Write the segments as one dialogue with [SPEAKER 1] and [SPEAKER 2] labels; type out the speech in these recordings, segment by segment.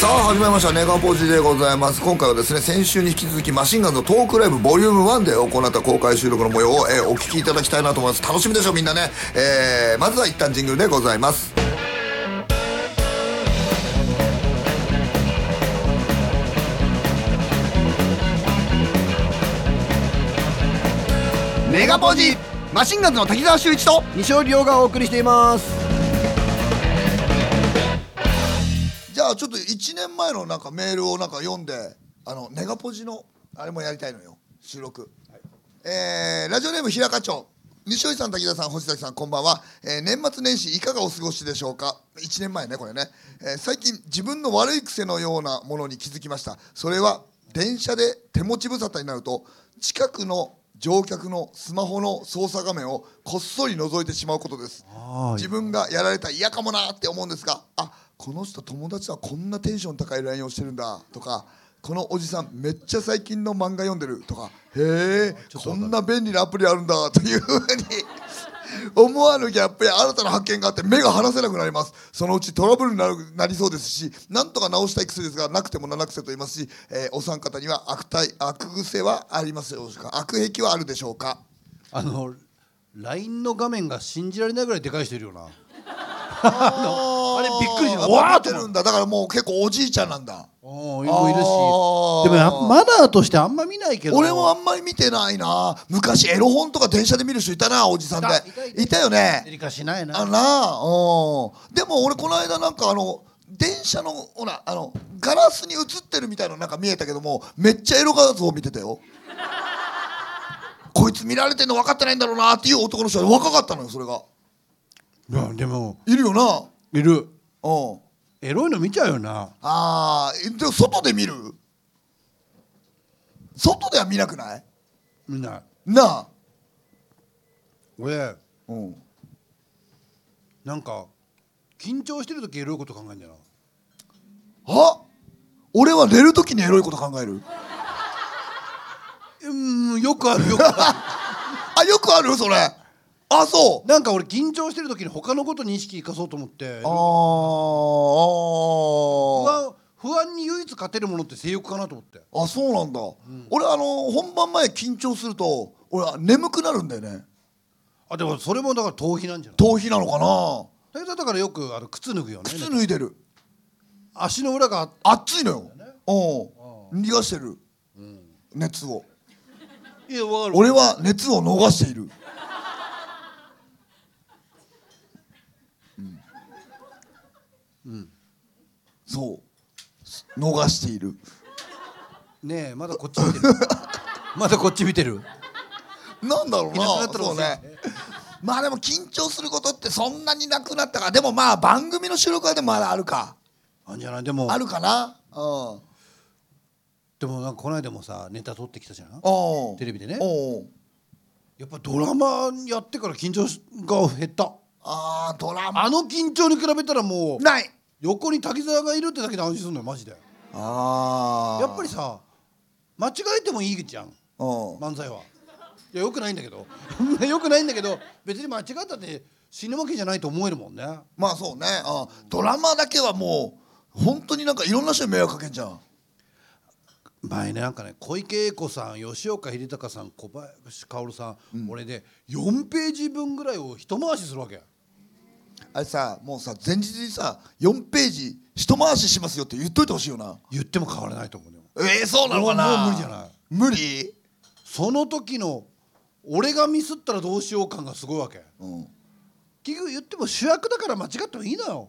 [SPEAKER 1] 始まりましたネガポジでございます今回はですね先週に引き続きマシンガンズのトークライブボリューム1で行った公開収録の模様を、えーお聞きいただきたいなと思います楽しみでしょみんなね、えーまずは一旦ジングルでございますネガポジマシンガンズの滝沢秀一と
[SPEAKER 2] 西尾亮がお送りしています
[SPEAKER 1] じゃあちょっと1年前のなんかメールをなんか読んであのネガポジのあれもやりたいのよ収録、えーラジオネーム平課長西尾井さん滝田さん星崎さんこんばんは、えー年末年始いかがお過ごしでしょうか1年前ねこれね、えー最近自分の悪い癖のようなものに気づきましたそれは電車で手持ち無沙汰になると近くの乗客のスマホの操作画面をこっそり覗いてしまうことです自分がやられたら嫌かもなって思うんですがあこの人友達はこんなテンション高い LINE をしてるんだとかこのおじさんめっちゃ最近の漫画読んでるとかへえこんな便利なアプリあるんだというふうに 思わぬギャップや新たな発見があって目が離せなくなりますそのうちトラブルになるなりそうですしなんとか直したい薬ですがなくても七癖と言いますし、えーお三方には悪態悪癖はありますでしょうか悪癖はあるでしょうか
[SPEAKER 2] あの LINE の画面が信じられないぐらいでかい人いるよな
[SPEAKER 1] あ
[SPEAKER 2] あれびっくりした
[SPEAKER 1] わ
[SPEAKER 2] わー
[SPEAKER 1] ー
[SPEAKER 2] っ
[SPEAKER 1] っててるんだだからもう結構おじいちゃんなんだあー
[SPEAKER 2] おいるしでもやマナーとしてあんま見ないけど
[SPEAKER 1] 俺もあんまり見てないな昔エロ本とか電車で見る人いたなおじさんで
[SPEAKER 2] いたいたいた
[SPEAKER 1] いたよ
[SPEAKER 2] デ
[SPEAKER 1] ね
[SPEAKER 2] リカしないな
[SPEAKER 1] あなうんでも俺この間なんかあの電車のほらあのガラスに映ってるみたいなのなんか見えたけどもめっちゃエロ画像を見てたよこいつ見られてんの分かってないんだろうなっていう男の人は若かったのよそれが
[SPEAKER 2] いやでも
[SPEAKER 1] いるよない
[SPEAKER 2] る
[SPEAKER 1] うん
[SPEAKER 2] エロいの見ちゃうよな
[SPEAKER 1] ああでも外で見る外では見なくない
[SPEAKER 2] みんな
[SPEAKER 1] なあ
[SPEAKER 2] 俺
[SPEAKER 1] うん
[SPEAKER 2] なんか緊張してる時エロいこと考えんだよ
[SPEAKER 1] あ俺は寝る時にエロいこと考える
[SPEAKER 2] なうんよくあるよくあ
[SPEAKER 1] あよくあるそれあそ
[SPEAKER 2] る
[SPEAKER 1] う
[SPEAKER 2] なんか俺緊張してる時に他のことに意識いかそうと思って
[SPEAKER 1] あ
[SPEAKER 2] 不
[SPEAKER 1] ーあー
[SPEAKER 2] 安不安に唯一勝てるものって性欲かなと思って
[SPEAKER 1] あそうなんだ、俺あの本番前緊張すると俺は眠くなるんだよね
[SPEAKER 2] あでもそれもだから逃避なんじゃない
[SPEAKER 1] 頭皮なのかな
[SPEAKER 2] 大体だからよくあの靴脱ぐよね
[SPEAKER 1] 靴脱いでる
[SPEAKER 2] 足の裏が
[SPEAKER 1] 熱いのようん逃がしてる、熱を
[SPEAKER 2] いやわかる
[SPEAKER 1] 俺は熱を逃している、そう逃している
[SPEAKER 2] ねえまだこっち見 てるまだこっち見てる
[SPEAKER 1] なんだろう
[SPEAKER 2] い
[SPEAKER 1] な
[SPEAKER 2] なくなったら
[SPEAKER 1] そう
[SPEAKER 2] 忘れ
[SPEAKER 1] ねまあでも緊張することってそんなになくなったからでもまあ番組の収録はでもまだあるか
[SPEAKER 2] あんじゃないでも
[SPEAKER 1] あるかなうん
[SPEAKER 2] でもなんかこの間もさネタ撮ってきたじゃん
[SPEAKER 1] おう
[SPEAKER 2] テレビでね
[SPEAKER 1] おう
[SPEAKER 2] やっぱドラマやってから緊張が減った
[SPEAKER 1] あードラマ
[SPEAKER 2] あの緊張に比べたらもう
[SPEAKER 1] ない
[SPEAKER 2] 横に滝沢がいるってだけで安心するのよマジでや
[SPEAKER 1] あ
[SPEAKER 2] っぱりさ間違えてもいいじゃん
[SPEAKER 1] うん
[SPEAKER 2] 漫才はいやよくないんだけど よくないんだけど別に間違ったって死ぬわけじゃないと思えるもんね
[SPEAKER 1] まあそうね、うん、ドラマだけはもう本当になんかいろんな人に迷惑かけんじゃん
[SPEAKER 2] 前ねなんかね小池栄子さん吉岡秀隆さん小林薫さん、俺で4ページ分ぐらいを一回しするわけ
[SPEAKER 1] あれさもうさ前日にさ4ページ一回ししますよって言っといてほしいよな
[SPEAKER 2] 言っても変わらないと思うよ
[SPEAKER 1] えー、そうなのかな
[SPEAKER 2] もうもう無理じゃない
[SPEAKER 1] 無理
[SPEAKER 2] その時の俺がミスったらどうしよう感がすごいわけ
[SPEAKER 1] うん
[SPEAKER 2] 結局言っても主役だから間違ってもいいのよ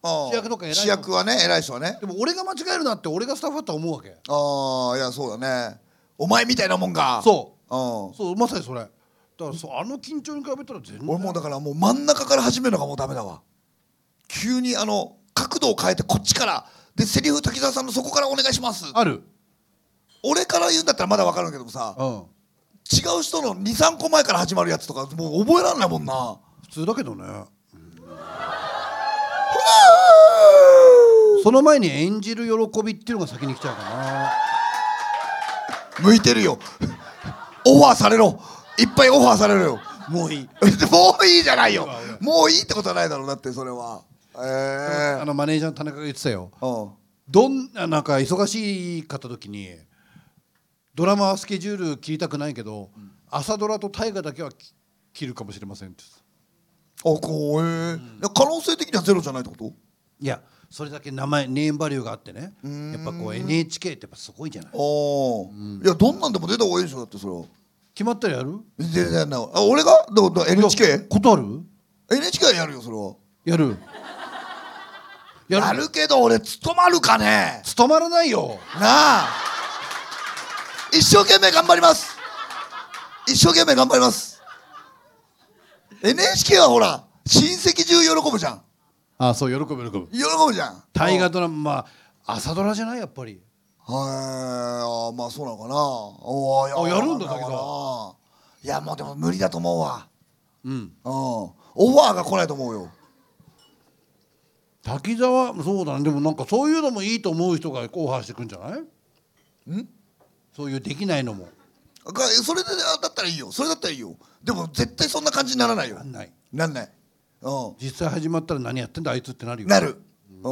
[SPEAKER 1] 主
[SPEAKER 2] 主役とか偉い人
[SPEAKER 1] 主役はね偉い人はね
[SPEAKER 2] でも俺が間違えるなって俺がスタッフだと思うわけ
[SPEAKER 1] ああいやそうだねお前みたいなもんが、
[SPEAKER 2] そう
[SPEAKER 1] うん、
[SPEAKER 2] そうまさにそれだからそうあの緊張に比べたら全然
[SPEAKER 1] 俺もうだからもう真ん中から始めるのがもうダメだわ急にあの角度を変えてこっちからでセリフ滝沢さんのそこからお願いします
[SPEAKER 2] ある
[SPEAKER 1] 俺から言うんだったらまだ分かるけどもさ
[SPEAKER 2] うん
[SPEAKER 1] 違う人の23個前から始まるやつとかもう覚えらんないもんな
[SPEAKER 2] 普通だけどねその前に演じる喜びっていうのが先に来ちゃうか
[SPEAKER 1] 向いてるよオファーされろいっぱいオファーされろよ
[SPEAKER 2] なもういい
[SPEAKER 1] もういいじゃないよもういいってことはないだろうだってそれはえ
[SPEAKER 2] あのマネージャーの田中が言ってたよ
[SPEAKER 1] えー、うん
[SPEAKER 2] どんななんか忙しかった時にドラマはスケジュール切りたくないけど、朝ドラと大河だけはき切るかもしれませんって言ってた
[SPEAKER 1] こうえーいや可能性的にはゼロじゃないってこと
[SPEAKER 2] いやそれだけ名前ネームバリューがあってねやっぱこう NHK ってやっぱすごいじゃない
[SPEAKER 1] ああ、いやどんなんでも出た方がいいでしょだってそれは
[SPEAKER 2] 決まったらやる
[SPEAKER 1] 全然ないあ俺がどうどう NHK?NHK
[SPEAKER 2] ことある
[SPEAKER 1] やるよそれは
[SPEAKER 2] やるやる
[SPEAKER 1] やるけど俺務まるかね
[SPEAKER 2] 務まらないよ
[SPEAKER 1] なあ一生懸命頑張ります一生懸命頑張ります NHK はほら親戚中喜ぶじゃん
[SPEAKER 2] あそう喜ぶ喜ぶ
[SPEAKER 1] 喜ぶじゃん
[SPEAKER 2] 大河ドラマまあ朝ドラじゃないやっぱり
[SPEAKER 1] はいあーまあそうなのかなおー
[SPEAKER 2] あやるんだ
[SPEAKER 1] そうなのか
[SPEAKER 2] だけ
[SPEAKER 1] ないやもうでも無理だと思うわ
[SPEAKER 2] う
[SPEAKER 1] う
[SPEAKER 2] ん
[SPEAKER 1] んオファーが来ないと思うよ
[SPEAKER 2] 滝沢そうだねでもなんかそういうのもいいと思う人がオファーしてくんじゃないんそういうできないのも
[SPEAKER 1] がそれであだったらいいよそれだったらいいよでも絶対そんな感じにならないよ
[SPEAKER 2] なんない
[SPEAKER 1] なんないうん
[SPEAKER 2] 実際始まったら何やってんだあいつってなるよ
[SPEAKER 1] なるう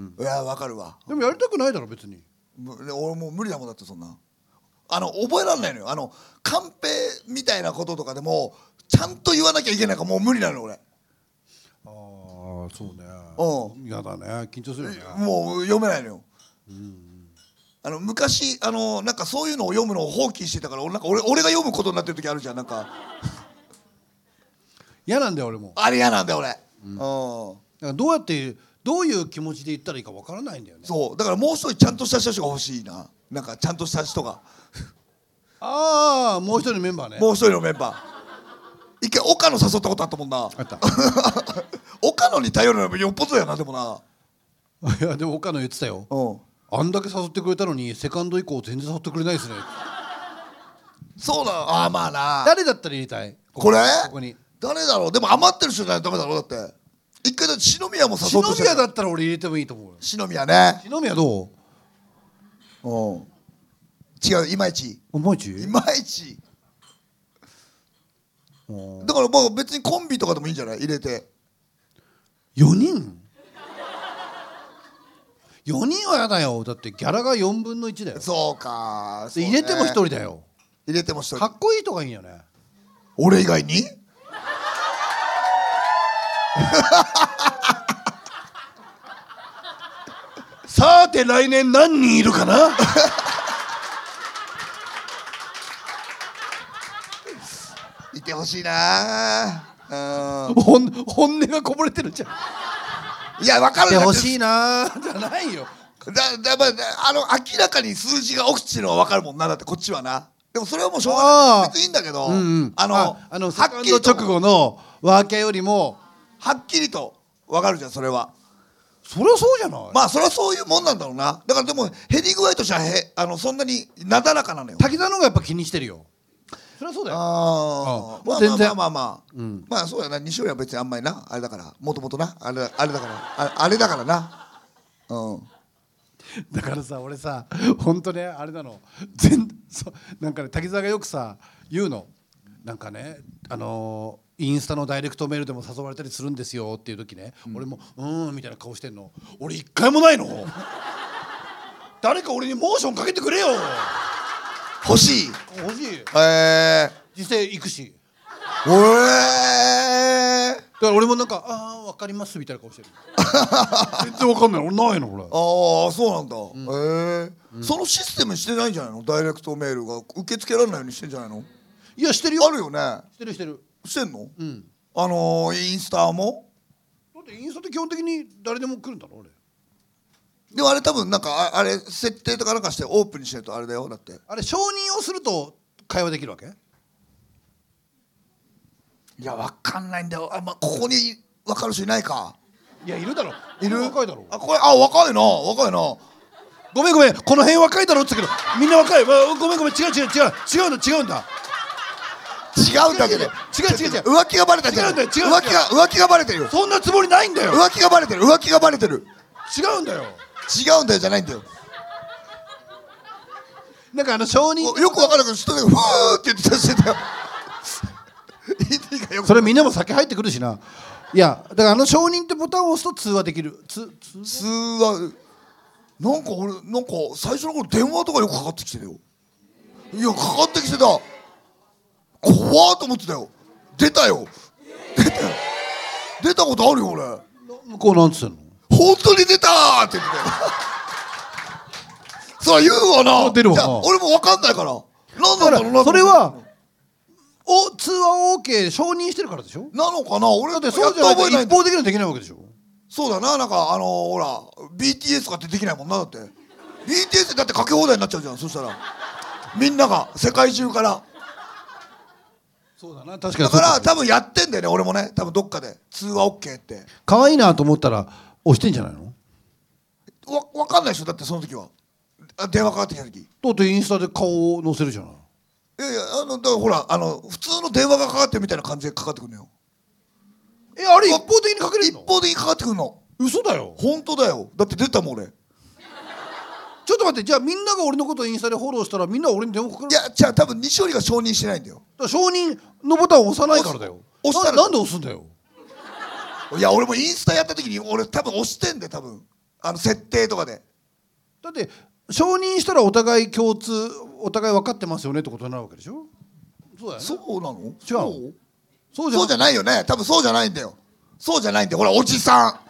[SPEAKER 1] ん、いやわかるわ
[SPEAKER 2] でもやりたくないだろ別に
[SPEAKER 1] む俺もう無理だもんだってそんなあの覚えられないのよあのカンペみたいなこととかでもちゃんと言わなきゃいけないからもう無理なの俺
[SPEAKER 2] ああそうね
[SPEAKER 1] う
[SPEAKER 2] 嫌だね緊張するよね
[SPEAKER 1] もう読めないのよ、あの昔あのなんかそういうのを読むのを放棄してたから俺なんか俺俺が読むことになってる時あるじゃんなんか
[SPEAKER 2] 嫌なんだよ俺も
[SPEAKER 1] あれ嫌なんだよ俺、うん
[SPEAKER 2] だからどうやってどういう気持ちで言ったらいいかわからないんだよね
[SPEAKER 1] そうだからもう一人ちゃんとした人が欲しいななんかちゃんとした人が
[SPEAKER 2] ああもう一人のメンバーね
[SPEAKER 1] もう一人のメンバー一回岡野誘ったことあったもんな
[SPEAKER 2] あった
[SPEAKER 1] 岡野に頼るのもよっぽどやなでもない
[SPEAKER 2] やでも岡野言ってたよ
[SPEAKER 1] うん
[SPEAKER 2] あんだけ誘ってくれたのにセカンド以降全然誘ってくれないですね
[SPEAKER 1] そうなのああまあな
[SPEAKER 2] 誰だったら入れたい
[SPEAKER 1] これ
[SPEAKER 2] ここに
[SPEAKER 1] 誰だろうでも余ってる人じゃないとダメだろうだって一回だって篠宮も誘
[SPEAKER 2] 篠
[SPEAKER 1] ってきた
[SPEAKER 2] 宮だったら俺入れてもいいと思うよ
[SPEAKER 1] 篠宮ね
[SPEAKER 2] 篠宮どう
[SPEAKER 1] うん違ういまいち
[SPEAKER 2] おもち
[SPEAKER 1] いまいち
[SPEAKER 2] 4
[SPEAKER 1] だからまあ別にコンビとかでもいいんじゃない入れて
[SPEAKER 2] 人4人はやだよだってギャラが4分の1だよ
[SPEAKER 1] そうか
[SPEAKER 2] で入れても一
[SPEAKER 1] 人
[SPEAKER 2] 人だよ
[SPEAKER 1] 入れても一人
[SPEAKER 2] かっこいいとかいいよね
[SPEAKER 1] 俺以外に
[SPEAKER 2] さて来年何人いるかな
[SPEAKER 1] いてほしいなうん
[SPEAKER 2] 本本音がこぼれてるじゃん
[SPEAKER 1] いや分かる
[SPEAKER 2] て
[SPEAKER 1] よ
[SPEAKER 2] ほしいなーじゃないよ
[SPEAKER 1] だだ、まあ、だあの明らかに数字が落ちてるのは分かるもんなだってこっちはなでもそれはもうしょうが
[SPEAKER 2] あ
[SPEAKER 1] な
[SPEAKER 2] ー
[SPEAKER 1] い別にいいんだけど、
[SPEAKER 2] うんうん
[SPEAKER 1] あの
[SPEAKER 2] ああの
[SPEAKER 1] は
[SPEAKER 2] セ
[SPEAKER 1] っ
[SPEAKER 2] カン
[SPEAKER 1] き
[SPEAKER 2] ド
[SPEAKER 1] りと
[SPEAKER 2] 直後のワーキャーよりも
[SPEAKER 1] はっきりと分かるじゃんそれは
[SPEAKER 2] そりゃそうじゃない、
[SPEAKER 1] まあそれはそういうもんなんだろうなだからでも減り具合としてはへあのそんなになだらかなのよ
[SPEAKER 2] 滝沢の方がやっぱ気にしてるよそりゃそうだよ
[SPEAKER 1] あ
[SPEAKER 2] うん
[SPEAKER 1] ーまあ
[SPEAKER 2] 全然
[SPEAKER 1] まあまあまあまあ、
[SPEAKER 2] うん
[SPEAKER 1] まあそうやな西尾は別にあんまりなあれだからもともとなあれあれだからああれだからなうん
[SPEAKER 2] だからさ俺さ本当ねあれなの全そうなんかね滝沢がよくさ言うのなんかねあのーインスタのダイレクトメールでも誘われたりするんですよっていう時ね、俺もうーんみたいな顔してんの俺一回もないの誰か俺にモーションかけてくれよ
[SPEAKER 1] 欲しい
[SPEAKER 2] 欲しい
[SPEAKER 1] え
[SPEAKER 2] 実際行くし
[SPEAKER 1] ー、えー
[SPEAKER 2] だから俺もなんか「ああ分かります」みたいな顔してる全然分かんない俺ないのこれ
[SPEAKER 1] ああそうなんだ、へえ、そのシステムにしてないんじゃないのダイレクトメールが受け付けられないようにしてんじゃないの
[SPEAKER 2] いやしてる
[SPEAKER 1] あ
[SPEAKER 2] よ
[SPEAKER 1] るよね
[SPEAKER 2] してるしてる
[SPEAKER 1] してんの、
[SPEAKER 2] うん
[SPEAKER 1] あのー、インスタも
[SPEAKER 2] だってインスタって基本的に誰でも来るんだろ俺
[SPEAKER 1] でもあれ多分なんかああれ設定とかなんかしてオープンにしないとあれだよだって
[SPEAKER 2] あれ承認をすると会話できるわけ
[SPEAKER 1] いやわかんないんだよあ、まあ、ここにわかる人いないか
[SPEAKER 2] いやいるだろ
[SPEAKER 1] いる
[SPEAKER 2] 若いだろ
[SPEAKER 1] あこれあ若いな若いな
[SPEAKER 2] ごめんごめんこの辺若いだろって言ったけどみんな若い、わごめんごめん違う違う違う違うんだ違うんだ
[SPEAKER 1] 違うんだけど
[SPEAKER 2] 違う違う違う
[SPEAKER 1] 浮気がバレたじゃん
[SPEAKER 2] 違うんだよ違うん
[SPEAKER 1] 浮
[SPEAKER 2] だよ
[SPEAKER 1] 気が浮気がバレてるよ
[SPEAKER 2] そんなつもりないんだよ
[SPEAKER 1] 浮気がバレてる浮気がバレてる
[SPEAKER 2] 違うんだよ
[SPEAKER 1] 違うんだよじゃないんだよ
[SPEAKER 2] なんかあの承認
[SPEAKER 1] およくわからなくて人で「ふー」って言ってたしてたよ ET がよく
[SPEAKER 2] それみんなも酒入ってくるしないやだからあの承認ってボタンを押すと通話できるつ通
[SPEAKER 1] 通話なんか俺なんか最初の頃電話とかよくかかってきてたよいやかかってきてた怖ーと思ってたよ出たよ出たよ出たことあるよ俺
[SPEAKER 2] 向こうなんつってんの
[SPEAKER 1] 本当に出たーって言ってたよそう言うわな
[SPEAKER 2] あ出るわ
[SPEAKER 1] じゃ
[SPEAKER 2] な
[SPEAKER 1] あ俺も分かんないからなんだ
[SPEAKER 2] だ
[SPEAKER 1] ろ
[SPEAKER 2] か
[SPEAKER 1] うな
[SPEAKER 2] らそれはお通話 OK 承認してるからでしょ
[SPEAKER 1] なのかな俺
[SPEAKER 2] だ
[SPEAKER 1] だ
[SPEAKER 2] っ
[SPEAKER 1] っててそ
[SPEAKER 2] そ
[SPEAKER 1] うう
[SPEAKER 2] じ
[SPEAKER 1] じ
[SPEAKER 2] ゃ
[SPEAKER 1] ゃ
[SPEAKER 2] な
[SPEAKER 1] ないい
[SPEAKER 2] と
[SPEAKER 1] と
[SPEAKER 2] 一方的にはできないわけでしょ
[SPEAKER 1] そうだななんかあのーほら BTS とかってできないもんなだって BTS だってかけ放題になっちゃうじゃんそしたらみんなが世界中から
[SPEAKER 2] そうだな確か
[SPEAKER 1] だ
[SPEAKER 2] に
[SPEAKER 1] から多分やってんだよね俺もね多分どっかで通話 OK って
[SPEAKER 2] 可愛いなと思ったら押してんじゃないの
[SPEAKER 1] わ分かんないでしょだってその時はあ電話かかってきた時い
[SPEAKER 2] だってインスタで顔を載せるじゃない
[SPEAKER 1] やいやあのだからほらあの普通の電話がかかってるみたいな感じでかかってくるのよ
[SPEAKER 2] えあれ一方的にかけれる
[SPEAKER 1] 一
[SPEAKER 2] の
[SPEAKER 1] 方的にかかってくるの
[SPEAKER 2] 嘘だよ
[SPEAKER 1] 本当だよだって出たもん俺い
[SPEAKER 2] ちょっと待ってじゃあみんなが俺のことをインスタでフォローしたらみんな俺に電話かける
[SPEAKER 1] やじゃあ多分西織が承認してないんだよ
[SPEAKER 2] だから承認のボタンを押さないからだよ
[SPEAKER 1] 押す押したら
[SPEAKER 2] ななんで押すんだよ
[SPEAKER 1] いや俺もインスタやった時に俺多分押してんだよ多分あの設定とかで
[SPEAKER 2] だって承認したらお互い共通お互い分かってますよねってことになるわけでしょそうだよね
[SPEAKER 1] そうなの
[SPEAKER 2] 違うそうじゃ
[SPEAKER 1] そう
[SPEAKER 2] な
[SPEAKER 1] じゃないよね多分そうじゃないんだよそうじゃないんだよほらおじさん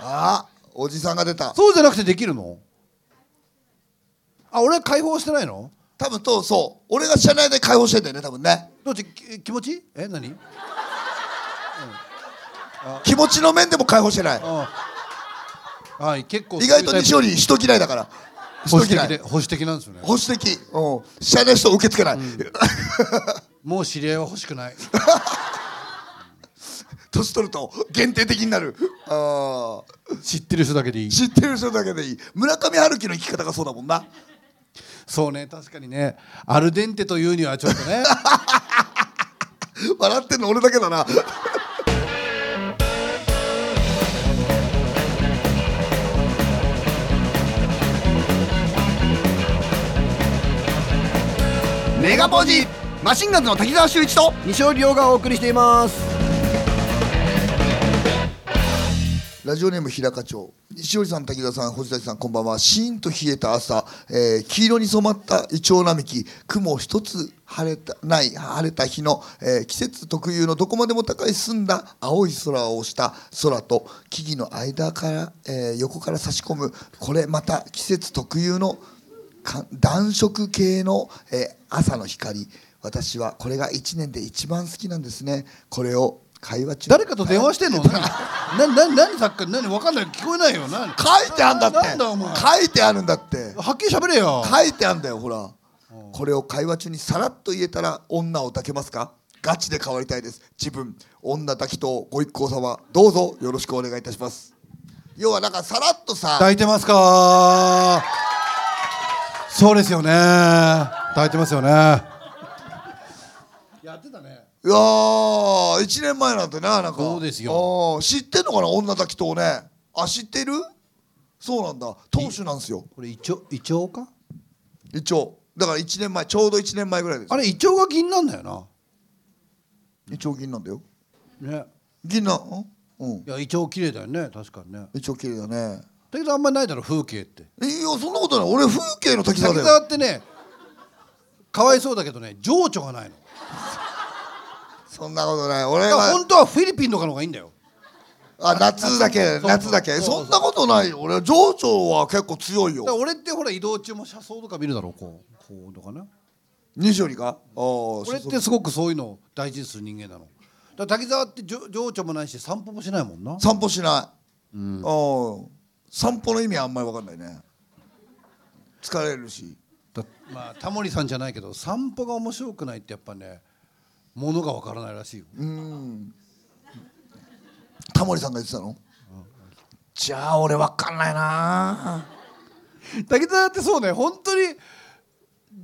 [SPEAKER 1] ああおじさんが出た
[SPEAKER 2] そうじゃなくてできるのあ俺解放してないの
[SPEAKER 1] 多分とそう俺が社内で解放してんだよね多分ね
[SPEAKER 2] どっちき気持ちえ何
[SPEAKER 1] 気持ちの面でも解放してない
[SPEAKER 2] ああはい結構
[SPEAKER 1] 意外と西
[SPEAKER 2] 尾
[SPEAKER 1] 織人嫌いだから
[SPEAKER 2] 保
[SPEAKER 1] 人
[SPEAKER 2] 守
[SPEAKER 1] 嫌
[SPEAKER 2] 的で
[SPEAKER 1] い
[SPEAKER 2] 保守的なんですよね
[SPEAKER 1] 保守的うん社内の人受け付けない、
[SPEAKER 2] もう知り合いは欲しくない
[SPEAKER 1] 年取ると限定的になるああ
[SPEAKER 2] 知ってる人だけでいい
[SPEAKER 1] 知ってる人だけでいい村上春樹の生き方がそうだもんな
[SPEAKER 2] そうね確かにねアルデンテというにはちょっとね
[SPEAKER 1] 笑ってんの俺だけだな
[SPEAKER 3] メガポージマシンガンズの滝沢秀一と西尾亮がお送りしています
[SPEAKER 1] ラジオネーム平課長西織さん滝田さん星崎さんこんばんはシーンと冷えた朝、えー黄色に染まったイチョウ並木雲一つ晴れたない晴れた日の、えー季節特有のどこまでも高い澄んだ青い空をした空と木々の間から、えー横から差し込むこれまた季節特有のか暖色系の、えー朝の光私はこれが1年で一番好きなんですねこれを会話中
[SPEAKER 2] 誰かと電話してんの何何何さっきから何分かんない聞こえないよ何
[SPEAKER 1] 書いてあんだって
[SPEAKER 2] ななんだお前
[SPEAKER 1] 書いてあるんだって
[SPEAKER 2] はっきり喋れよ
[SPEAKER 1] 書いてあんだよほらこれを会話中にさらっと言えたら女を抱けますかガチで変わりたいです自分女抱きとご一行様どうぞよろしくお願いいたします要はなんかさらっとさ
[SPEAKER 2] 抱いてますかそうですよね抱いてますよねやってたね
[SPEAKER 1] いやー1年前なんてななんか
[SPEAKER 2] そうですよ
[SPEAKER 1] あー知ってんのかな女抱きとをねあ知ってるそうなんだ当主なんですよ
[SPEAKER 2] これイチョイチョウか
[SPEAKER 1] 一応だから1年前ちょうど1年前ぐらいです
[SPEAKER 2] あれイチョウが銀なんだよ
[SPEAKER 1] 一応銀なんだよ
[SPEAKER 2] なね
[SPEAKER 1] 銀なんうん
[SPEAKER 2] いやイチョウ綺麗だよね確かにね
[SPEAKER 1] 一応綺麗だね
[SPEAKER 2] だけどあんまりないだろ風景って
[SPEAKER 1] いやそんなことない俺風景の滝沢
[SPEAKER 2] 滝
[SPEAKER 1] だよ
[SPEAKER 2] 沢ってねかわいそうだけどね情緒がないの
[SPEAKER 1] そんなことない俺
[SPEAKER 2] だから
[SPEAKER 1] は
[SPEAKER 2] 本当はフィリピンとかの方がいいんだよ
[SPEAKER 1] あ夏だけ
[SPEAKER 2] そうそう
[SPEAKER 1] 夏だけ
[SPEAKER 2] そうそう
[SPEAKER 1] そんなことないよ俺は情緒は結構強い
[SPEAKER 2] だから
[SPEAKER 1] よ
[SPEAKER 2] 俺ってほら移動中も車窓とか見るだろうこうこうとかね
[SPEAKER 1] 西よりかああ
[SPEAKER 2] 俺ってすごくそういうのを大事にする人間なのだから滝沢ってじょ情緒もないし散歩もしないもんな
[SPEAKER 1] 散歩しない、うん、散歩の意味はあんまり分かんないね疲れるし
[SPEAKER 2] だまあタモリさんじゃないけど散歩が面白くないってやっぱねものがわからないらしいよ
[SPEAKER 1] タモリさんが言ってたのじゃあ俺分かんないな
[SPEAKER 2] 滝沢ってそうね本当に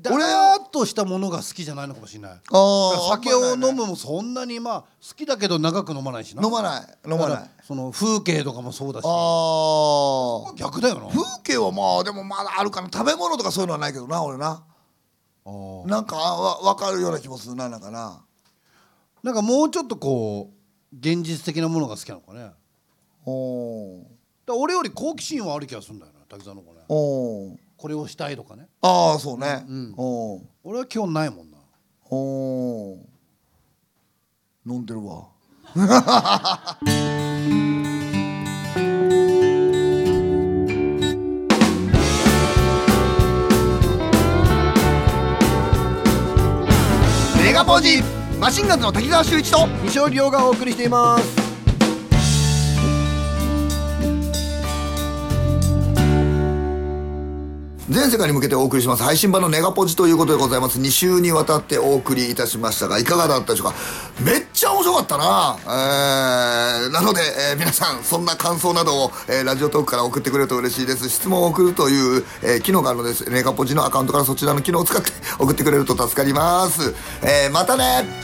[SPEAKER 2] だ
[SPEAKER 1] 俺
[SPEAKER 2] らーっとしたものが好きじゃないのかもしれないだか
[SPEAKER 1] あ
[SPEAKER 2] ら
[SPEAKER 1] あ
[SPEAKER 2] 酒を飲
[SPEAKER 1] む
[SPEAKER 2] むもそんなにまあ好きだけど長く飲まないしな
[SPEAKER 1] 飲まない飲ま
[SPEAKER 2] だ
[SPEAKER 1] ない
[SPEAKER 2] からその風景とかもそうだし
[SPEAKER 1] ああ
[SPEAKER 2] 逆だよな
[SPEAKER 1] 風景はまあでもまだあるかな食べ物とかそういうのはないけどな俺な
[SPEAKER 2] あー
[SPEAKER 1] なんかあわ分かるような気もするななんかな
[SPEAKER 2] なんかもうちょっとこう現実的なものが好きなのかねだか
[SPEAKER 1] おー
[SPEAKER 2] ら俺より好奇心はある気がするんだよねよ滝沢の子ね
[SPEAKER 1] おー
[SPEAKER 2] これをしたいとかね
[SPEAKER 1] ああそうね、
[SPEAKER 2] うん
[SPEAKER 1] おー
[SPEAKER 2] 俺は基本ないもんな
[SPEAKER 1] おー飲んでるわ
[SPEAKER 3] メガポージマシンガンズの滝沢秀一と西尾亮がお送りしています
[SPEAKER 1] 全世界に向けてお送りします配信版のネガポジということでございます2週にわたってお送りいたしましたがいかがだったでしょうかめっちゃ面白かったな、えーなので、えー皆さんそんな感想などを、えーラジオトークから送ってくれると嬉しいです質問を送るという、えー機能があるのですネガポジのアカウントからそちらの機能を使って送ってくれると助かります、えーまたね